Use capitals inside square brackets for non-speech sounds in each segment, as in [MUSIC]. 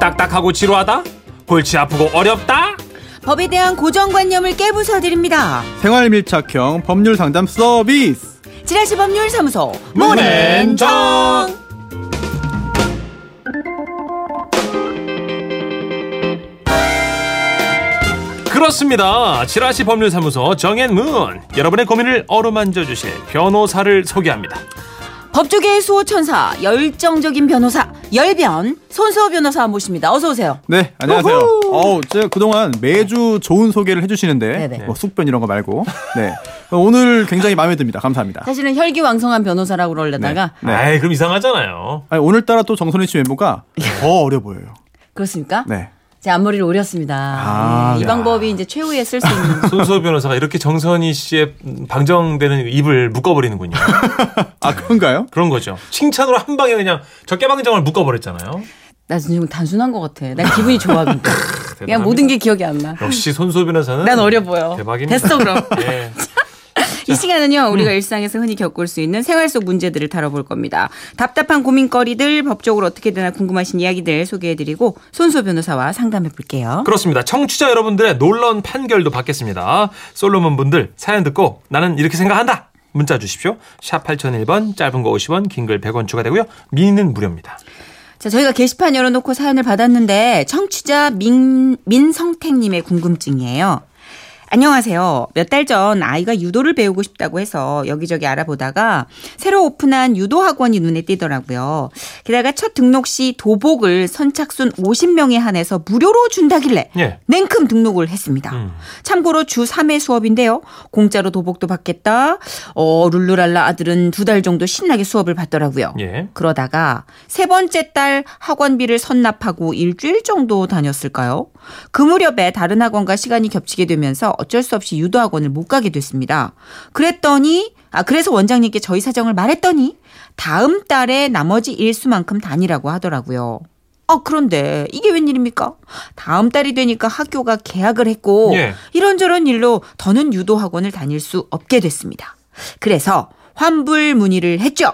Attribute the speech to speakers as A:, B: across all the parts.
A: 딱딱하고 지루하다? 골치 아프고 어렵다?
B: 법에 대한 고정관념을 깨부숴드립니다.
C: 생활 밀착형 법률 상담 서비스.
B: 지라시 법률사무소
A: 문앤정.
B: 문앤정
A: 그렇습니다. 지라시 법률사무소 정앤문 여러분의 고민을 어루만져 주실 변호사를 소개합니다.
B: 법조계의 수호천사 열정적인 변호사 열변 손수호 변호사 모십니다. 어서 오세요.
C: 네, 안녕하세요. 어우, 제가 그동안 매주 좋은 소개를 해주시는데,
B: 네네.
C: 뭐 숙변 이런 거 말고, 네. 오늘 굉장히 마음에 듭니다. 감사합니다.
B: 사실은 혈기왕성한 변호사라고 그러려다가
C: 네.
A: 아이 그럼 이상하잖아요.
C: 아니, 오늘따라 또 정선희 씨 외모가
B: 네.
C: 더 어려 보여요.
B: 그렇습니까?
C: 네.
B: 제 앞머리를 오렸습니다.
A: 아,
B: 네, 이 방법이 이제 최후에 쓸 수
A: [LAUGHS]
B: 있는
A: 손수호 변호사가 이렇게 정선희 씨의 방정되는 입을 묶어버리는군요.
C: 아, 그런가요?
A: 그런 거죠. 칭찬으로 한 방에 그냥 저 깨방정을 묶어버렸잖아요.
B: 나 지금 단순한 것 같아. 난
A: [LAUGHS]
B: 기분이 좋아 근데. 그냥
A: 대단합니다.
B: 모든 게 기억이 안 나.
A: 역시 손수호 변호사는
B: 난 어려 보여.
A: 대박입니다.
B: 됐어 그럼.
A: [LAUGHS] 예.
B: 이 시간은요 우리가 일상에서 흔히 겪을 수 있는 생활 속 문제들을 다뤄볼 겁니다. 답답한 고민거리들 법적으로 어떻게 되나 궁금하신 이야기들 소개해드리고 손소 변호사와 상담해볼게요.
A: 그렇습니다. 청취자 여러분들의 놀라운 판결도 받겠습니다. 솔로몬 분들 사연 듣고 나는 이렇게 생각한다. 문자 주십시오. 샵 8001번 짧은 거 50원 긴 글 100원 추가되고요. 미니는 무료입니다.
B: 자 저희가 게시판 열어놓고 사연을 받았는데 청취자 민, 민성택님의 궁금증이에요. 안녕하세요. 몇 달 전 아이가 유도를 배우고 싶다고 해서 여기저기 알아보다가 새로 오픈한 유도 학원이 눈에 띄더라고요. 게다가 첫 등록 시 도복을 선착순 50명에 한해서 무료로 준다길래
A: 예.
B: 냉큼 등록을 했습니다.
A: 음.
B: 참고로 주 3회 수업인데요. 공짜로 도복도 받겠다. 어, 룰루랄라 아들은 두 달 정도 신나게 수업을 받더라고요.
A: 예.
B: 그러다가 세 번째 딸 학원비를 선납하고 일주일 정도 다녔을까요? 그 무렵에 다른 학원과 시간이 겹치게 되면서 어쩔 수 없이 유도 학원을 못 가게 됐습니다. 그랬더니 아 그래서 원장님께 저희 사정을 말했더니 다음 달에 나머지 일수만큼 다니라고 하더라고요. 어 그런데 이게 웬일입니까? 다음 달이 되니까 학교가 계약을 했고
A: 예.
B: 이런저런 일로 더는 유도 학원을 다닐 수 없게 됐습니다. 그래서 환불 문의를 했죠.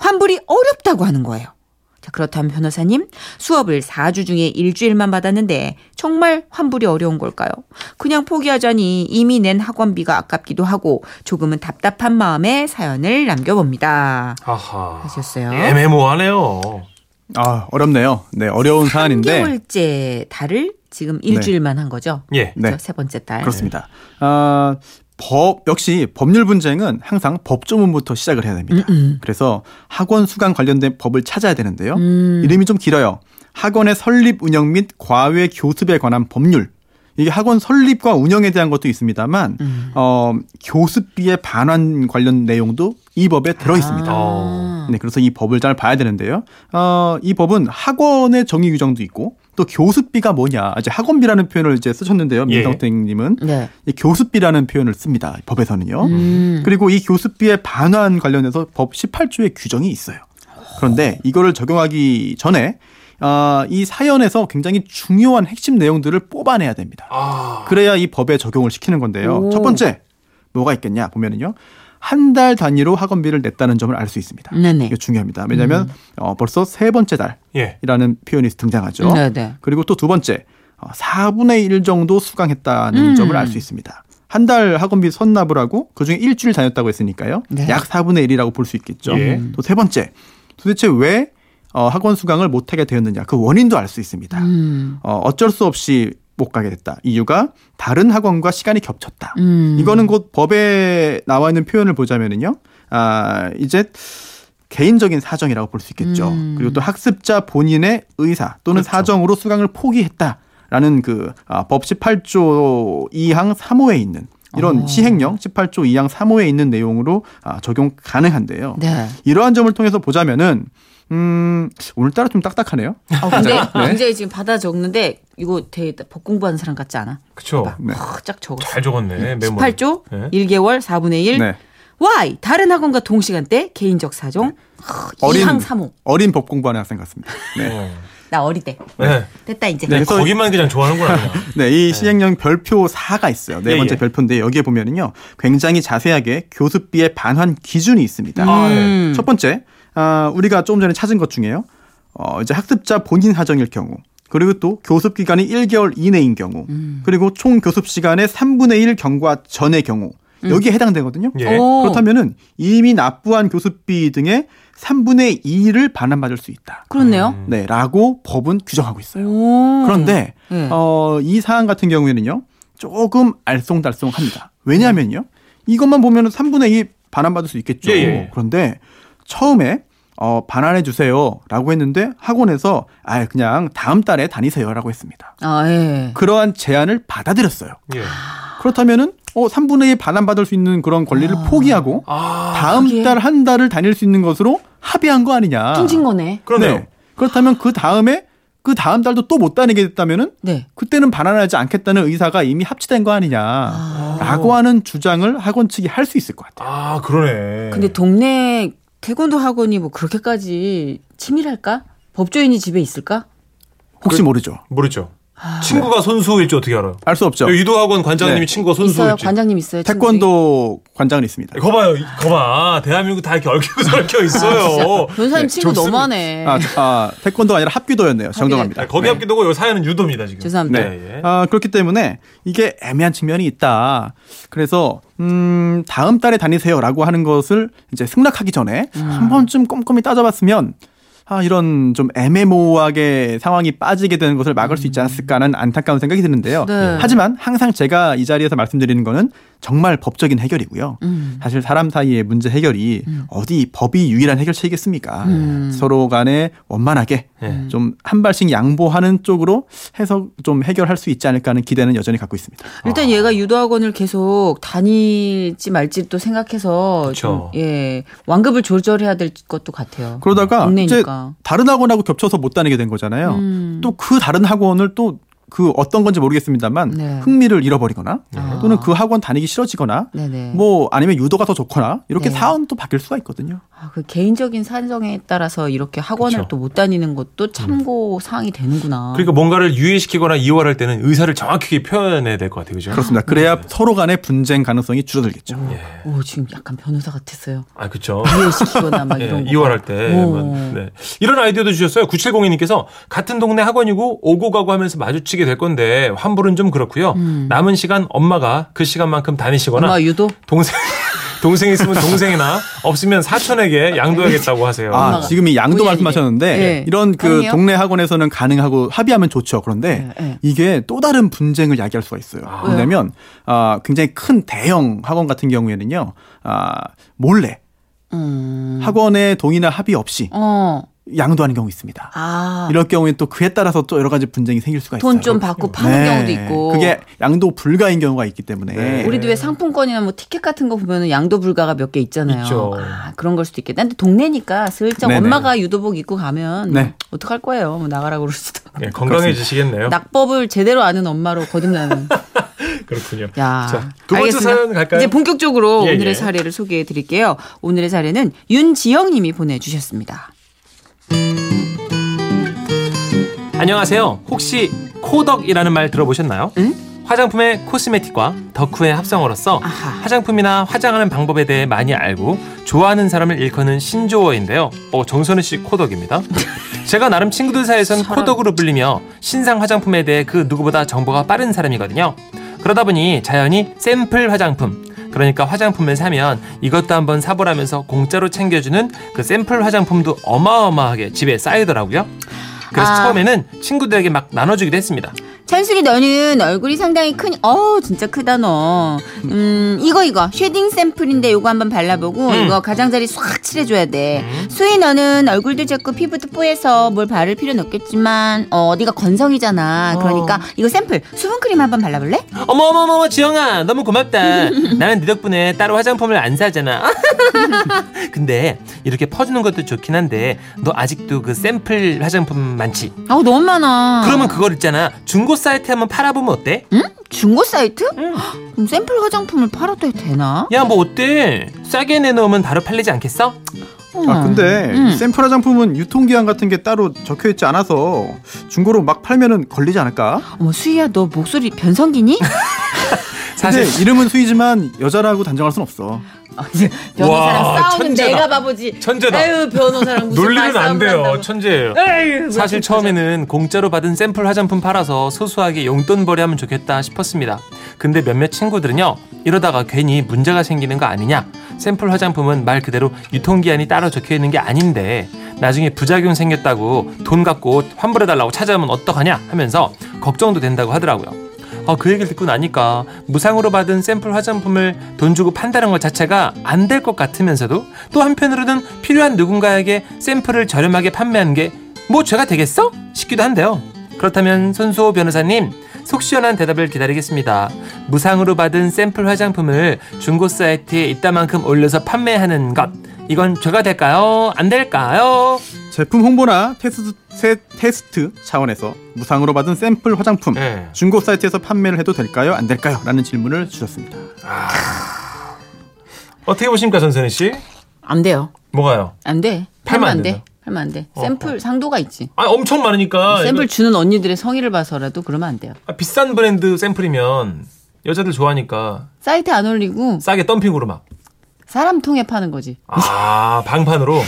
B: 환불이 어렵다고 하는 거예요. 자, 그렇다면 변호사님, 수업을 4주 중에 일주일만 받았는데 정말 환불이 어려운 걸까요? 그냥 포기하자니 이미 낸 학원비가 아깝기도 하고 조금은 답답한 마음에 사연을 남겨봅니다.
A: 아하.
B: 하셨어요.
A: 애매모하네요.
C: 아, 어렵네요. 네, 어려운 사안인데.
B: 3개월째 달을 지금 일주일만 한 거죠?
A: 예.
C: 네.
B: 그죠? 세 번째 달.
C: 그렇습니다. 아, 법 역시 법률 분쟁은 항상 법조문부터 시작을 해야 됩니다. 그래서 학원 수강 관련된 법을 찾아야 되는데요. 이름이 좀 길어요. 학원의 설립 운영 및 과외 교습에 관한 법률. 이게 학원 설립과 운영에 대한 것도 있습니다만 어, 교습비의 반환 관련 내용도 이 법에 들어 있습니다.
A: 어.
C: 네, 그래서 이 법을 잘 봐야 되는데요. 어, 이 법은 학원의 정의 규정도 있고 또 교습비가 뭐냐, 이제 학원비라는 표현을 이제 쓰셨는데요,
A: 예.
C: 민성땡님은
B: 네.
C: 이 교습비라는 표현을 씁니다. 법에서는요.
B: 음.
C: 그리고 이 교습비의 반환 관련해서 법 18조의 규정이 있어요. 그런데 이거를 적용하기 전에 아, 이 사연에서 굉장히 중요한 핵심 내용들을 뽑아내야 됩니다.
A: 아.
C: 그래야 이 법에 적용을 시키는 건데요.
B: 오.
C: 첫 번째 뭐가 있겠냐 보면은요. 한 달 단위로 학원비를 냈다는 점을 알 수 있습니다.
B: 네네. 음.
C: 이게 중요합니다. 왜냐하면 어, 벌써 세 번째
A: 예.
C: 달이라는 표현이 등장하죠.
B: 네네.
C: 그리고 또 두 번째 어, 4분의 1 정도 수강했다는
B: 음.
C: 점을 알 수 있습니다. 한 달 학원비 선납을 하고 그중에 일주일 다녔다고 했으니까요.
B: 네.
C: 약 4분의 1이라고 볼 수 있겠죠.
A: 예.
C: 또 세 번째 도대체 왜 어, 학원 수강을 못하게 되었느냐 그 원인도 알 수 있습니다.
B: 음.
C: 어, 어쩔 수 없이 못 가게 됐다. 이유가 다른 학원과 시간이 겹쳤다.
B: 음.
C: 이거는 곧 법에 나와 있는 표현을 보자면은요. 아, 이제 개인적인 사정이라고 볼 수 있겠죠.
B: 음.
C: 그리고 또 학습자 본인의 의사 또는
A: 그렇죠.
C: 사정으로 수강을 포기했다. 라는 그, 아, 법 18조 2항 3호에 있는 이런
B: 어.
C: 시행령 18조 2항 3호에 있는 내용으로 아, 적용 가능한데요.
B: 네.
C: 이러한 점을 통해서 보자면은, 음, 오늘따라 좀 딱딱하네요.
B: 아, 근데
C: [LAUGHS] 네.
B: 굉장히 지금 받아 적는데 이거 되게 법 공부하는 사람 같지 않아?
A: 그쵸.
C: 네.
B: 어, 쫙 적었어.
A: 잘 적었네. 메모.
B: 18조
A: 네.
B: 1개월 4분의 1.
C: 네.
B: Y 다른 학원과 동시간대 개인적 사정
C: 어린-
B: 2항 3호.
C: 어린 법 공부하는 학생 같습니다. 네.
A: 어.
B: 나 어리대.
A: 네.
B: 됐다 이제.
C: 네. 그래서-
A: 거기만 그냥 좋아하는구나. 그냥.
C: 네, 이 시행령 별표 4가 있어요. 네
A: 예,
C: 번째
A: 예.
C: 별표인데 여기에 보면은요. 굉장히 자세하게 교습비의 반환 기준이 있습니다.
B: 음.
A: 아, 네.
C: 첫 번째, 아, 우리가 조금 전에 찾은 것 중에요. 어, 이제 학습자 본인 사정일 경우 그리고 또 교습 기간이 1개월 이내인 경우, 그리고 총 교습 시간의 3분의 1 경과 전의 경우 여기에 해당되거든요. 네.
A: 예.
B: 오.
C: 그렇다면은 이미 납부한 교습비 등의 3분의 2를 반환받을 수 있다.
B: 그렇네요.
C: 네, 라고 법은 규정하고 있어요.
B: 오.
C: 음.
D: 음.
C: 그런데
D: 예.
B: 네.
C: 어, 이 사안 같은 경우에는요. 조금 알쏭달쏭합니다. 왜냐면요. 이것만 보면 3분의 2 반환받을 수 있겠죠.
A: 예, 예.
C: 그런데 처음에 어, 반환해 주세요라고 했는데 학원에서 아 그냥 다음 달에 다니세요라고 했습니다.
B: 아, 예.
C: 그러한 제안을 받아들였어요.
A: 예.
C: 그렇다면은 어 3분의 1 반환받을 수 있는 그런 권리를 포기하고
A: 아,
C: 다음
D: 그게-
C: 달 한 달을 다닐 수 있는 것으로 합의한 거 아니냐.
D: 퉁친 거네.
A: 그러네요.
C: 네. 그렇다면 그 다음에 그 다음 달도 또 못 다니게 됐다면은
B: 네.
C: 그때는 반환하지 않겠다는 의사가 이미 합치된 거 아니냐라고 하는 주장을 학원 측이 할 수 있을 것 같아요.
A: 아, 그러네.
D: 근데
B: 동네 태권도 학원이 뭐 그렇게까지 치밀할까? 법조인이 집에 있을까?
C: 혹시 모르죠.
A: 모르죠.
D: 아.
A: 친구가 선수일지 어떻게 알아요?
C: 알 수 없죠.
A: 여기 유도학원 관장님이
C: 네.
A: 친구가
D: 있어요.
A: 선수일지.
D: 관장님 있어요.
C: 태권도 관장은 있습니다.
A: 거봐요, 이- 거봐. 대한민국 다 이렇게 얽히고 설켜
B: 아,
A: 있어요.
C: 네,
D: 변사님 친구
A: 좋습니다.
D: 너무하네.
C: 아, 아, 태권도가 아니라 합기도였네요. 정정합니다.
A: 네, 거기
C: 네.
A: 합기도고 여기 사연은 유도입니다 지금.
B: 죄송합니다.
C: 네.
A: 예, 예.
C: 아, 그렇기 때문에 이게 애매한 측면이 있다. 그래서 음, 다음 달에 다니세요라고 하는 것을 이제 승낙하기 전에 한 번쯤 꼼꼼히 따져봤으면 아, 이런 좀 애매모호하게 상황이 빠지게 되는 것을 막을 수 있지 않았을까는 안타까운 생각이 드는데요.
D: 네.
C: 하지만 항상 제가 이 자리에서 말씀드리는 거는 정말 법적인 해결이고요.
B: 음.
C: 사실 사람 사이의 문제 해결이 어디 법이 유일한 해결책이겠습니까? 서로 간에 원만하게
A: 예.
C: 좀 한 발씩 양보하는 쪽으로 해서 좀 해결할 수 있지 않을까 하는 기대는 여전히 갖고 있습니다.
B: 일단 얘가 유도학원을 계속 다닐지 말지 또 생각해서
A: 그쵸.
B: 좀, 예 완급을 조절해야 될 것도 같아요.
C: 그러다가 이제
B: 음, 동네니까.
C: 다른 학원하고 겹쳐서 못 다니게 된 거잖아요.
B: 음.
C: 또 그 다른 학원을 또 그 어떤 건지 모르겠습니다만
B: 네.
C: 흥미를 잃어버리거나
B: 아.
C: 또는 그 학원 다니기 싫어지거나
B: 네네.
C: 뭐 아니면 유도가 더 좋거나 이렇게
B: 네.
C: 사원도 바뀔 수가 있거든요.
B: 아, 그 개인적인 사정에 따라서 이렇게 학원을
A: 그쵸.
B: 또 못 다니는
C: 음.
B: 것도 참고 사항이 되는구나.
A: 그러니까 뭔가를 유예시키거나 이월할 때는 의사를 정확하게 표현해야 될 것 같아요, 그죠?
C: 그렇습니다. 그래야
B: 네.
C: 서로 간의 분쟁 가능성이 줄어들겠죠.
A: 예.
B: 오 지금 약간 변호사 같았어요.
A: 아, 그렇죠.
B: 이해시키거나
C: [LAUGHS]
B: 막
C: 네,
A: 예,
B: 이런 거.
A: 이월할 때.
B: 오.
A: 뭐, 네. 이런 아이디어도 주셨어요. 9702님께서 같은 동네 학원이고 오고 가고 하면서 마주치게 될 건데 환불은 좀 그렇고요. 남은 시간 엄마가 그 시간만큼 다니시거나
B: 엄마 유도
A: 동생 [LAUGHS] 동생 있으면 동생이나 없으면 사촌에게 [LAUGHS] 양도하겠다고 하세요.
C: 아, 지금 이 양도
D: 본의 아니게.
C: 말씀하셨는데
D: 예.
C: 이런 그
D: 가능해요?
C: 동네 학원에서는 가능하고 합의하면 좋죠. 그런데
B: 예, 예.
C: 이게 또 다른 분쟁을 야기할 수가 있어요. 왜냐면 아, 굉장히 큰 대형 학원 같은 경우에는요. 아, 몰래
B: 음.
C: 학원의 동의나 합의 없이
B: 어.
C: 양도하는 경우 있습니다.
B: 아.
C: 이럴 경우에 또 그에 따라서 또 여러 가지 분쟁이 생길 수가 있어요.
B: 돈 좀 받고 파는
C: 네.
B: 경우도 있고.
C: 그게 양도 불가인 경우가 있기 때문에
A: 네.
B: 우리도 왜 상품권이나 뭐 티켓 같은 거 보면은 양도 불가가 몇 개 있잖아요.
A: 있죠.
B: 아, 그런 걸 수도 있겠다. 근데 동네니까 슬쩍
C: 네네.
B: 엄마가 유도복 입고 가면
C: 네.
B: 어떡할 거예요. 뭐 나가라고 그럴 수도.
A: 예, 건강해지시겠네요.
B: 낙법을 제대로 아는 엄마로 거듭나는.
A: 그렇군요.
B: 야.
A: [LAUGHS] 자, 두 번째
B: 알겠습니다.
A: 사연 갈까요?
B: 이제 본격적으로
A: 예,
B: 오늘의
A: 예.
B: 사례를 소개해 드릴게요. 오늘의 사례는 윤지영 님이 보내 주셨습니다.
A: 안녕하세요. 혹시 코덕이라는 말 들어보셨나요? 화장품의 코스메틱과 덕후의 합성어로서
B: 아하.
A: 화장품이나 화장하는 방법에 대해 많이 알고 좋아하는 사람을 일컫는 신조어인데요. 어, 정선우 씨
B: [LAUGHS]
A: 코덕입니다. 제가 나름 친구들 사이에선 코덕으로 불리며 신상 화장품에 대해 그 누구보다 정보가 빠른 사람이거든요. 그러다 보니 자연히 샘플 화장품 그러니까 화장품을 사면 이것도 한번 사보라면서 공짜로 챙겨주는 그 샘플 화장품도 어마어마하게 집에 쌓이더라고요. 그래서
B: 아.
A: 처음에는 친구들에게 막 나눠주기도 했습니다.
B: 찬순이 너는 얼굴이 상당히 큰, 어 진짜 크다 너. 음 이거 이거 쉐딩 샘플인데 요거 한번 발라보고
A: 음.
B: 이거 가장자리 싹 칠해줘야 돼.
A: 음.
B: 수희 너는 얼굴도 작고 피부도 뽀해서 뭘 바를 필요는 없겠지만 어 네가
A: 어.
B: 건성이잖아. 그러니까 이거 샘플 수분크림 한번 발라볼래?
A: 어머 어머 어머 지영아 너무 고맙다. 나는 네 덕분에 따로 화장품을 안 사잖아. [LAUGHS] 근데 이렇게 퍼주는 것도 좋긴 한데 너 아직도 그 샘플 화장품 많지?
B: 아우 너무 많아.
A: 그러면 그걸 있잖아 중고 사이트 한번 팔아보면 어때?
B: 중고 사이트?
A: 응.
B: 그럼 샘플 화장품을 팔아도 되나?
A: 야 뭐 어때? 싸게 내놓으면 바로 팔리지 않겠어?
C: 아 근데
B: 음.
C: 샘플 화장품은 유통기한 같은 게 따로 적혀 있지 않아서 중고로 막 팔면은 걸리지 않을까?
B: 어머 수희야 너 목소리 변성기니?
A: 사실
C: 근데 이름은 수이지만 여자라고 단정할 순 없어.
B: 변호사랑
A: [LAUGHS] 와,
B: 싸우는
A: 천재다.
B: 내가 바보지.
A: 천재다.
B: 에휴 변호사랑 무슨
A: 논리는 안
B: 말싸움을
A: 돼요.
B: 한다고.
A: 천재예요.
B: 에휴, 왜
A: 사실
B: 천재죠?
A: 처음에는 공짜로 받은 샘플 화장품 팔아서 소소하게 용돈벌이 하면 좋겠다 싶었습니다. 근데 몇몇 친구들은요, 이러다가 괜히 문제가 생기는 거 아니냐? 샘플 화장품은 말 그대로 유통기한이 따로 적혀 있는 게 아닌데, 나중에 부작용 생겼다고 돈 갖고 환불해달라고 찾아오면 어떡하냐? 하면서 걱정도 된다고 하더라고요. 어, 그 얘기를 듣고 나니까 무상으로 받은 샘플 화장품을 돈 주고 판다는 것 자체가 안 될 것 같으면서도 또 한편으로는 필요한 누군가에게 샘플을 저렴하게 판매하는 게 뭐 죄가 되겠어? 싶기도 한데요. 그렇다면 손수호 변호사님 속 시원한 대답을 기다리겠습니다. 무상으로 받은 샘플 화장품을 중고 사이트에 있다만큼 올려서 판매하는 것 이건 죄가 될까요? 안 될까요?
C: 제품 홍보나 테스트, 세- 테스트 차원에서 무상으로 받은 샘플 화장품
A: 네.
C: 중고 사이트에서 판매를 해도 될까요? 안 될까요? 라는 질문을 주셨습니다.
A: 어떻게 보십니까 전선희 씨?
B: 안 돼요.
A: 뭐가요?
B: 안 돼.
A: 팔면
B: 팔면
A: 안
B: 안
A: 된다.
B: 돼. 팔면 안 돼. 샘플 상도가 있지.
A: 아 엄청 많으니까
B: 샘플 주는 언니들의 성의를 봐서라도 그러면 안 돼요.
A: 아, 비싼 브랜드 샘플이면 여자들 좋아하니까
B: 사이트 안 올리고
A: 싸게 덤핑으로 막.
B: 사람 통해 파는 거지.
A: 아 방판으로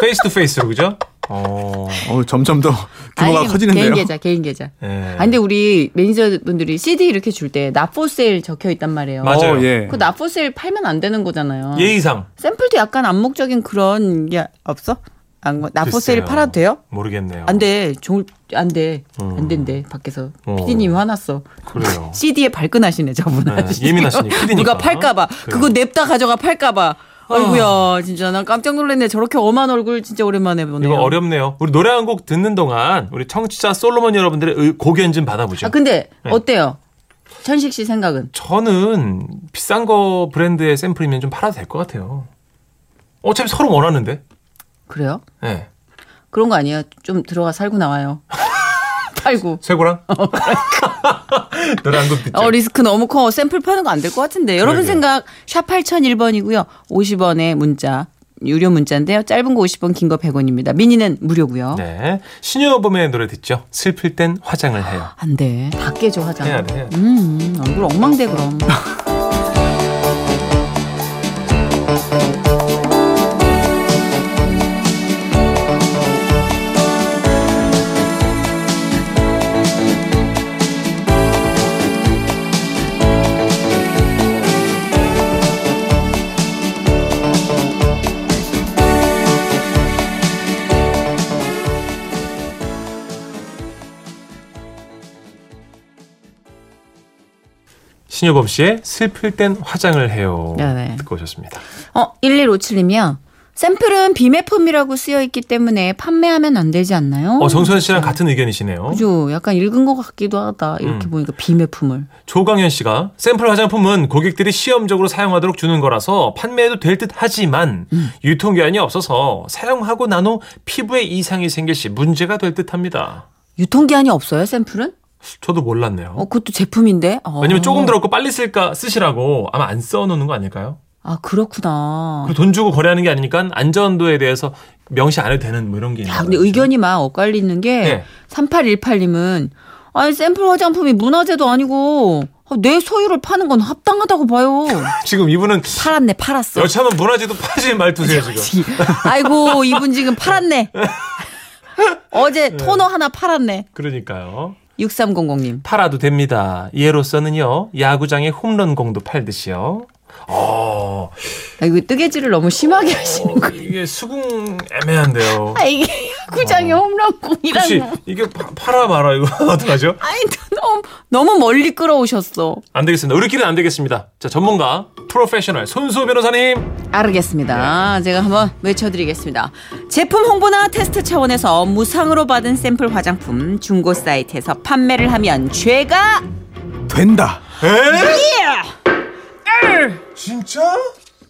A: 페이스 투 페이스로 그죠? 어.
C: 어, 점점 더 규모가
B: 아니,
C: 커지는데요.
B: 개인 계좌, 개인 계좌.
A: 예.
B: 아, 근데 우리 매니저분들이 CD 이렇게 줄 때 나포세일 적혀 있단 말이에요.
A: 맞아. 맞아요.
C: 어, 예.
B: 그 나포세일 팔면 안 되는 거잖아요.
A: 예의상
B: 샘플도 약간 안목적인 그런 게 없어? 안, 나포세일
A: 글쎄요.
B: 팔아도 돼요?
A: 모르겠네요.
B: 안 돼. 종, 안 돼. 안 된대. 밖에서.
A: 어.
B: 피디님이 화났어.
A: 그래요.
B: [LAUGHS] CD에 발끈하시네, 저분.
A: 네,
B: 아주.
A: 예민하시니까, 피디니까.
B: 누가 팔까봐. 그거 냅다 가져가 팔까봐.
A: 어.
B: 아이고야, 진짜 난 깜짝 놀랐네. 저렇게 엄한 얼굴 진짜 오랜만에 보네요.
A: 이거 어렵네요. 우리 노래 한 곡 듣는 동안 우리 청취자 솔로몬 여러분들의 의- 고견 좀 받아보죠.
B: 아, 근데
A: 네.
B: 어때요? 천식 씨 생각은?
A: 저는 비싼 거 브랜드의 샘플이면 좀 팔아도 될 것 같아요. 어차피 서로 원하는데.
B: 그래요?
A: 예.
B: 그런 거 아니에요? 좀 들어가 살고 나와요. [LAUGHS] 팔고.
A: 쇠고랑? [LAUGHS] 노래 한 곡 듣죠.
B: 어, 리스크 너무 커. 샘플 파는 거 안 될 것 같은데. 여러분
A: 그러게요.
B: 생각, 샵 8001번이고요. 50원의 문자, 유료 문자인데요. 짧은 거 50원, 긴 거 100원입니다. 미니는 무료고요.
A: 네. 신효범의 노래 듣죠. 슬플 땐 화장을 해요.
B: 안 돼. 다 깨져, 화장.
A: 해야 돼. 해야 돼.
B: 음, 얼굴 엉망돼, 그럼.
A: 신효범 씨의 슬플 땐 화장을 해요.
B: 네, 네.
A: 듣고 오셨습니다.
B: 어, 1157님이요. 샘플은 비매품이라고 쓰여 있기 때문에 판매하면 안 되지 않나요?
A: 어, 정선 씨랑 같은 의견이시네요.
B: 그죠. 약간 읽은 것 같기도 하다. 이렇게
A: 음.
B: 보니까 비매품을.
A: 조광현 씨가 샘플 화장품은 고객들이 시험적으로 사용하도록 주는 거라서 판매해도 될 듯 하지만
B: 음.
A: 유통기한이 없어서 사용하고 난 후 피부에 이상이 생길 시 문제가 될 듯 합니다.
B: 유통기한이 없어요, 샘플은?
A: 저도 몰랐네요.
B: 어, 그것도 제품인데? 어.
A: 왜냐면 조금 들었고 빨리 쓸까 쓰시라고 아마 안 써놓는 거 아닐까요?
B: 아, 그렇구나.
A: 그리고 돈 주고 거래하는 게 아니니까 안전도에 대해서 명시 안 해도 되는 뭐 이런 게 있는
B: 야, 근데
A: 거죠.
B: 의견이 막 엇갈리는 게
A: 네.
B: 3818님은 아니 샘플 화장품이 문화재도 아니고 아, 내 소유를 파는 건 합당하다고 봐요.
A: 지금 이분은
B: 팔았네, 팔았어.
A: 여차하면 문화재도 파지 말투세요 지금.
B: 아이고 이분 지금 팔았네. 어제
A: 네.
B: 토너 하나 팔았네.
A: 그러니까요.
B: 6300님.
A: 팔아도 됩니다. 예로서는요 야구장의 홈런공도 팔듯이요. 어,
B: 아, 이거 뜨개질을 너무 심하게 하시는 거.
A: 이게 수긍 애매한데요.
B: 아 이게 구장의
A: 어. 혹시
B: 홈런공이라는.
A: 이게 파- 팔아 말아 이거 [LAUGHS] 어떡하죠?
B: 아니 너무 너무 멀리 끌어오셨어.
A: 안 되겠습니다. 우리끼리는 안 되겠습니다. 자 전문가 프로페셔널 손수호 변호사님.
C: 네.
B: 알겠습니다. 제가 한번 외쳐드리겠습니다. 제품 홍보나 테스트 차원에서 무상으로 받은 샘플 화장품 중고 사이트에서 판매를 하면 죄가
C: 된다.
A: 에? 진짜?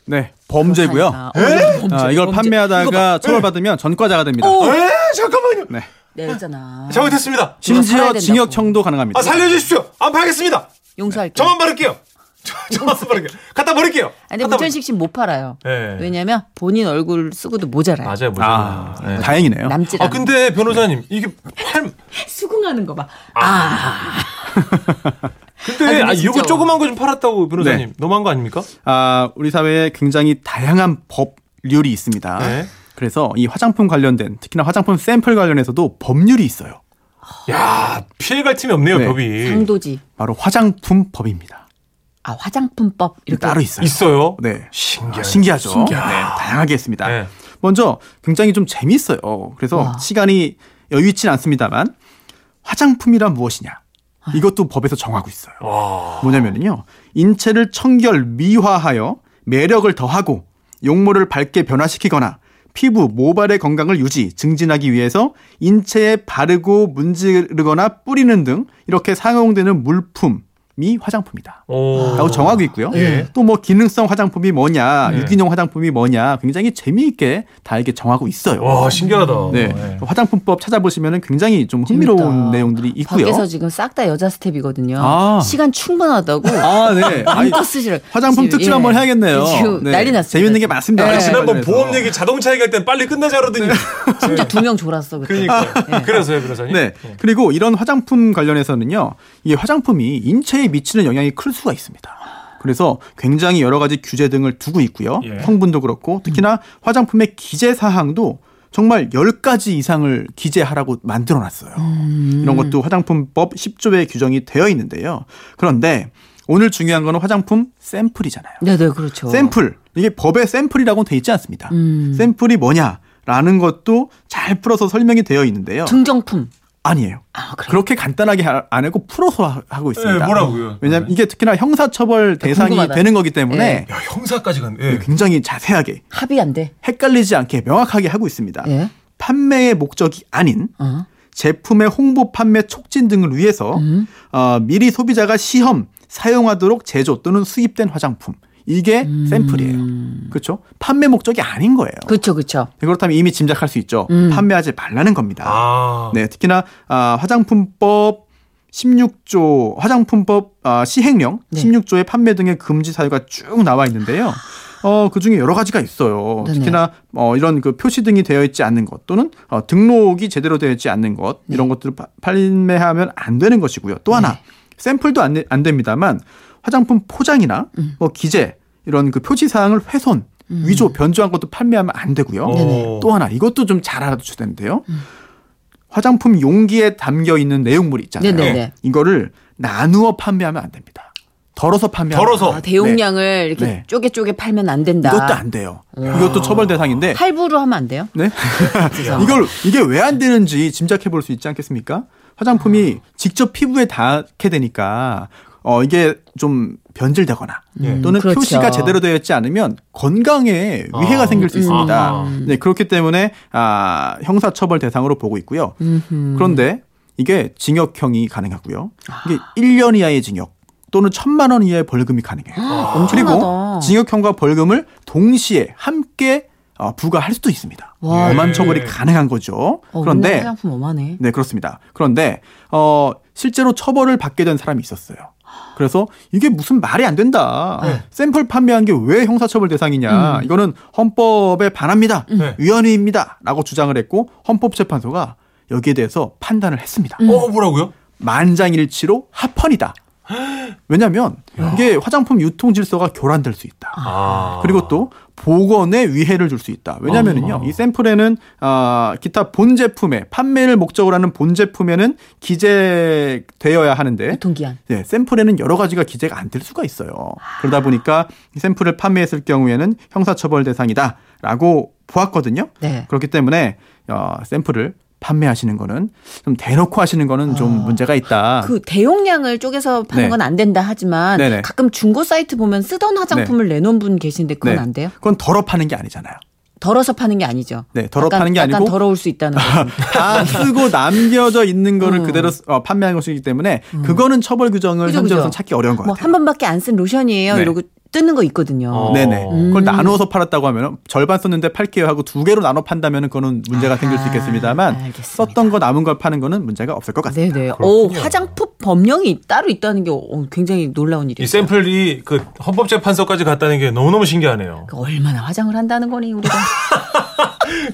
C: 네, 범죄고요.
B: 아니다. 어, 범죄,
C: 아, 이걸
B: 범죄. 이거 봐. 어.
C: 판매하다가 처벌받으면 전과자가 됩니다.
A: 에? 잠깐만요.
C: 네.
B: 네, 있잖아.
A: 잘못했습니다.
C: 심지어
B: 살아야 된다고.
C: 징역형도 가능합니다.
A: 아 살려주십시오. 안 팔겠습니다.
B: 용서할게요.
A: 저만 바를게요. [LAUGHS] 저- 저만 바를게요. 갖다 버릴게요.
B: 아, 근데
A: 갖다
B: 문천식 씨 못 팔아요.
A: 네.
B: 왜냐면 본인 얼굴
A: 버릴-
B: 쓰고도 모자라요.
A: 맞아요,
C: 아,
A: 모자. 아, 네.
C: 다행이네요.
B: 남질
A: 아
B: 않아.
A: 근데 변호사님 이게 팔
B: 수긍하는 거 봐. 아.
A: 근데 아, 이거 조그만 거 좀 팔았다고
C: 네.
A: 변호사님 너무한 거 아닙니까?
C: 아, 우리 사회에 굉장히 다양한 법률이 있습니다.
A: 네.
C: 그래서 이 화장품 관련된 특히나 화장품 샘플 관련해서도 법률이 있어요.
A: 야 피해갈 틈이 없네요
C: 네.
A: 법이
D: 강도지.
C: 바로 화장품 법입니다.
D: 아 화장품법 이렇게
C: 따로 있어요.
A: 있어요.
C: 네.
A: 신기하죠.
C: 아, 신기하죠.
A: 신기하네.
C: 네, 다양하게 했습니다.
A: 네.
C: 먼저 굉장히 좀 재밌어요. 그래서 시간이 여유있진 않습니다만 화장품이란 무엇이냐? 이것도 법에서 정하고 있어요.
A: 와.
C: 뭐냐면요. 인체를 청결 미화하여 매력을 더하고 용모를 밝게 변화시키거나 피부, 모발의 건강을 유지, 증진하기 위해서 인체에 바르고 문지르거나 뿌리는 등 이렇게 사용되는 물품이 화장품이다.
A: 오.
C: 라고 정하고 있고요.
A: 예.
C: 또 뭐 기능성 화장품이 뭐냐,
A: 네.
C: 유기농 화장품이 뭐냐, 굉장히 재미있게 다 이렇게 정하고 있어요.
A: 와 신기하다.
C: 네.
A: 네.
C: 화장품법 찾아보시면 굉장히 좀 흥미로운
D: 재밌다.
C: 내용들이 있고요.
D: 밖에서 지금 싹 다 여자 스텝이거든요.
C: 아.
D: 시간 충분하다고.
C: 아, 네. 아니,
D: 안고 쓰시라.
C: 화장품 특집
D: 예.
C: 한번 해야겠네요.
D: 지금
C: 네.
D: 난리 났어요.
C: 재밌는 게 많습니다.
D: 네.
A: 아니, 지난번
C: 관련해서.
A: 보험 얘기 자동차 얘기할 땐 빨리 끝나자
C: 네.
A: 그러더니
D: 심지어 두명 졸았어 그때.
A: 그러니까 그래서요 그래서요.
C: 아. 네. 그리고 이런 화장품 관련해서는요. 이게 화장품이 인체에 미치는 영향이 클 수가 있습니다. 그래서 굉장히 여러 가지 규제 등을 두고 있고요.
A: 예.
C: 성분도 그렇고 특히나 화장품의 기재 사항도 정말 10가지 이상을 기재하라고 만들어 놨어요.
D: 음.
C: 이런 것도 화장품법 10조에 규정이 되어 있는데요. 그런데 오늘 중요한 거는 화장품 샘플이잖아요.
D: 네네 그렇죠.
C: 샘플 이게 법에 샘플이라고 돼 있지 않습니다.
D: 음.
C: 샘플이 뭐냐라는 것도 잘 풀어서 설명이 되어 있는데요.
D: 증정품.
C: 아니에요.
D: 아 그래.
C: 그렇게 간단하게 하- 안 하고 풀어서 하- 하고 있습니다. 어.
A: 예, 뭐라고요?
C: 왜냐하면 이게 특히나 형사처벌 대상이
D: 그러니까 궁금하다. 네.
C: 되는 거기 때문에
A: 야 형사까지 간. 예.
C: 굉장히 자세하게
D: 합의 안 돼.
C: 헷갈리지 않게 명확하게 하고 있습니다.
D: 예.
C: 판매의 목적이 아닌
D: 어.
C: 제품의 홍보 판매 촉진 등을 위해서
D: 음?
C: 어, 미리 소비자가 시험 사용하도록 제조 또는 수입된 화장품 이게 샘플이에요. 그렇죠? 판매 목적이 아닌 거예요.
D: 음. 그렇죠 음. 그렇죠.
C: 그렇다면 이미 짐작할 수 있죠. 판매하지 말라는 겁니다.
A: 아.
C: 네, 특히나 아, 화장품법 16조 화장품법 아, 시행령
D: 네.
C: 16조의 판매 등의 금지 사유가 쭉 나와 있는데요. 어, 그 중에 여러 가지가 있어요.
D: 네네.
C: 특히나 어, 이런 그 표시 등이 되어 있지 않는 것 또는 어, 등록이 제대로 되어 있지 않는 것
D: 네.
C: 이런 것들을 파- 판매하면 안 되는 것이고요. 또 하나 샘플도 안, 안 됩니다만 화장품 포장이나
D: 음.
C: 뭐 기재 이런 그 표시 사항을 훼손, 위조, 변조한 것도 판매하면 안 되고요.
A: 오.
C: 또 하나 이것도 좀 잘 알아두셔야 되는데요. 화장품 용기에 담겨 있는 내용물이 있잖아요.
D: 네네네.
C: 이거를 나누어 판매하면 안 됩니다. 덜어서 판매하면
A: 덜어서.
D: 아, 대용량을 이렇게
C: 네.
D: 쪼개 쪼개 팔면 안 된다.
C: 이것도 안 돼요. 이것도 처벌 대상인데
D: 할부로 하면 안 돼요? [LAUGHS]
C: 네? 이걸 이게 왜 안 되는지 짐작해 볼 수 있지 않겠습니까? 화장품이
D: 아.
C: 직접 피부에 닿게 되니까 어 이게 좀 변질되거나
A: 예.
C: 또는
D: 그렇죠.
C: 표시가 제대로 되어 있지 않으면 건강에 위해가
A: 아,
C: 생길 수
A: 음.
C: 있습니다.
A: 아.
C: 네, 그렇기 때문에 아, 형사처벌 대상으로 보고 있고요. 그런데 이게 징역형이 가능하고요.
D: 아.
C: 이게 1년 이하의 징역 또는 1천만 원 이하의 벌금이 가능해요.
D: 아, 엄청나다.
C: 아, 그리고 징역형과 벌금을 동시에 함께 어, 부과할 수도 있습니다.
D: 와.
C: 엄한 처벌이
A: 예.
C: 가능한 거죠.
D: 어, 우리나라
C: 그런데
D: 화장품 엄하네.
C: 네, 그렇습니다. 그런데 어 실제로 처벌을 받게 된 사람이 있었어요. 그래서 이게 무슨 말이 안 된다. 샘플 판매한 게 왜 형사처벌 대상이냐. 이거는 헌법에 반합니다.
A: 네.
C: 위헌입니다라고 주장을 했고 헌법재판소가 여기에 대해서 판단을 했습니다.
A: 어 뭐라고요?
C: 만장일치로 합헌이다. 왜냐하면 이게 화장품 유통 질서가 교란될 수 있다.
A: 아.
C: 그리고 또 보건에 위해를 줄 수 있다. 왜냐면은요, 이 샘플에는 아, 기타 본 제품에 판매를 목적으로 하는 본 제품에는 기재되어야 하는데
D: 유통기한.
C: 네, 샘플에는 여러 가지가 기재가 안 될 수가 있어요. 그러다 보니까 이 샘플을 판매했을 경우에는 형사처벌 대상이다라고 보았거든요.
D: 네.
C: 그렇기 때문에 어, 샘플을 판매하시는 거는 좀 대놓고 하시는 거는 좀 문제가 있다.
D: 아. 그 대용량을 쪼개서 파는
C: 네.
D: 건 안 된다 하지만
C: 네네.
D: 가끔 중고 사이트 보면 쓰던 화장품을 내놓은 분 계신데 그건
C: 네.
D: 안 돼요?
C: 그건 덜어 파는 게 아니잖아요.
D: 덜어서 파는 게 아니죠.
C: 네, 덜어
D: 약간-
C: 파는 게
D: 약간
C: 아니고
D: 더러울 수 있다는 거.
C: 다 쓰고 남겨져 있는 거를 그대로 쓰- 어, 판매한 것이기 때문에 그거는 처벌 규정을
D: 그죠,
C: 현재로서
D: 그죠.
C: 찾기 어려운 것 같아요.
D: 뭐한 번밖에 안 쓴 로션이에요.
C: 네.
D: 이러고 뜨는 거 있거든요.
A: 어.
C: 네네.
A: 음.
C: 그걸 나누어서 팔았다고 하면 절반 썼는데 팔게요 하고 두 개로 나눠 판다면 은 그거는 문제가 생길 수 있겠습니다만
D: 아, 알겠습니다.
C: 썼던 거 남은 걸 파는 거는 문제가 없을 것 같습니다.
D: 네네. 오 화장품 법령이 따로 있다는 게 어, 굉장히 놀라운
A: 이
D: 일이에요.
A: 샘플이 그
B: [LAUGHS]
D: 그러니까
A: 헌법재판소까지 갔다는 게 너무너무 신기하네요.
C: [LAUGHS]
D: 그 얼마나 화장을 한다는 거니 우리가.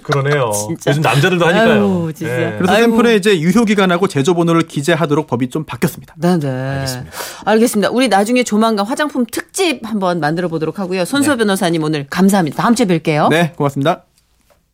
A: 그러네요.
B: 진짜.
A: 요즘 남자들도 하니까요.
B: 아유,
A: 예.
B: 진짜.
C: 그래서 샘플에 이제 유효 기간하고 제조 번호를 기재하도록 법이 좀 바뀌었습니다.
B: 네, 네.
A: 알겠습니다.
B: 알겠습니다. 우리 나중에 조만간 화장품 특집 한번 만들어 보도록 하고요. 손수호 변호사님 오늘 감사합니다. 다음 주에 뵐게요.
C: 네, 고맙습니다.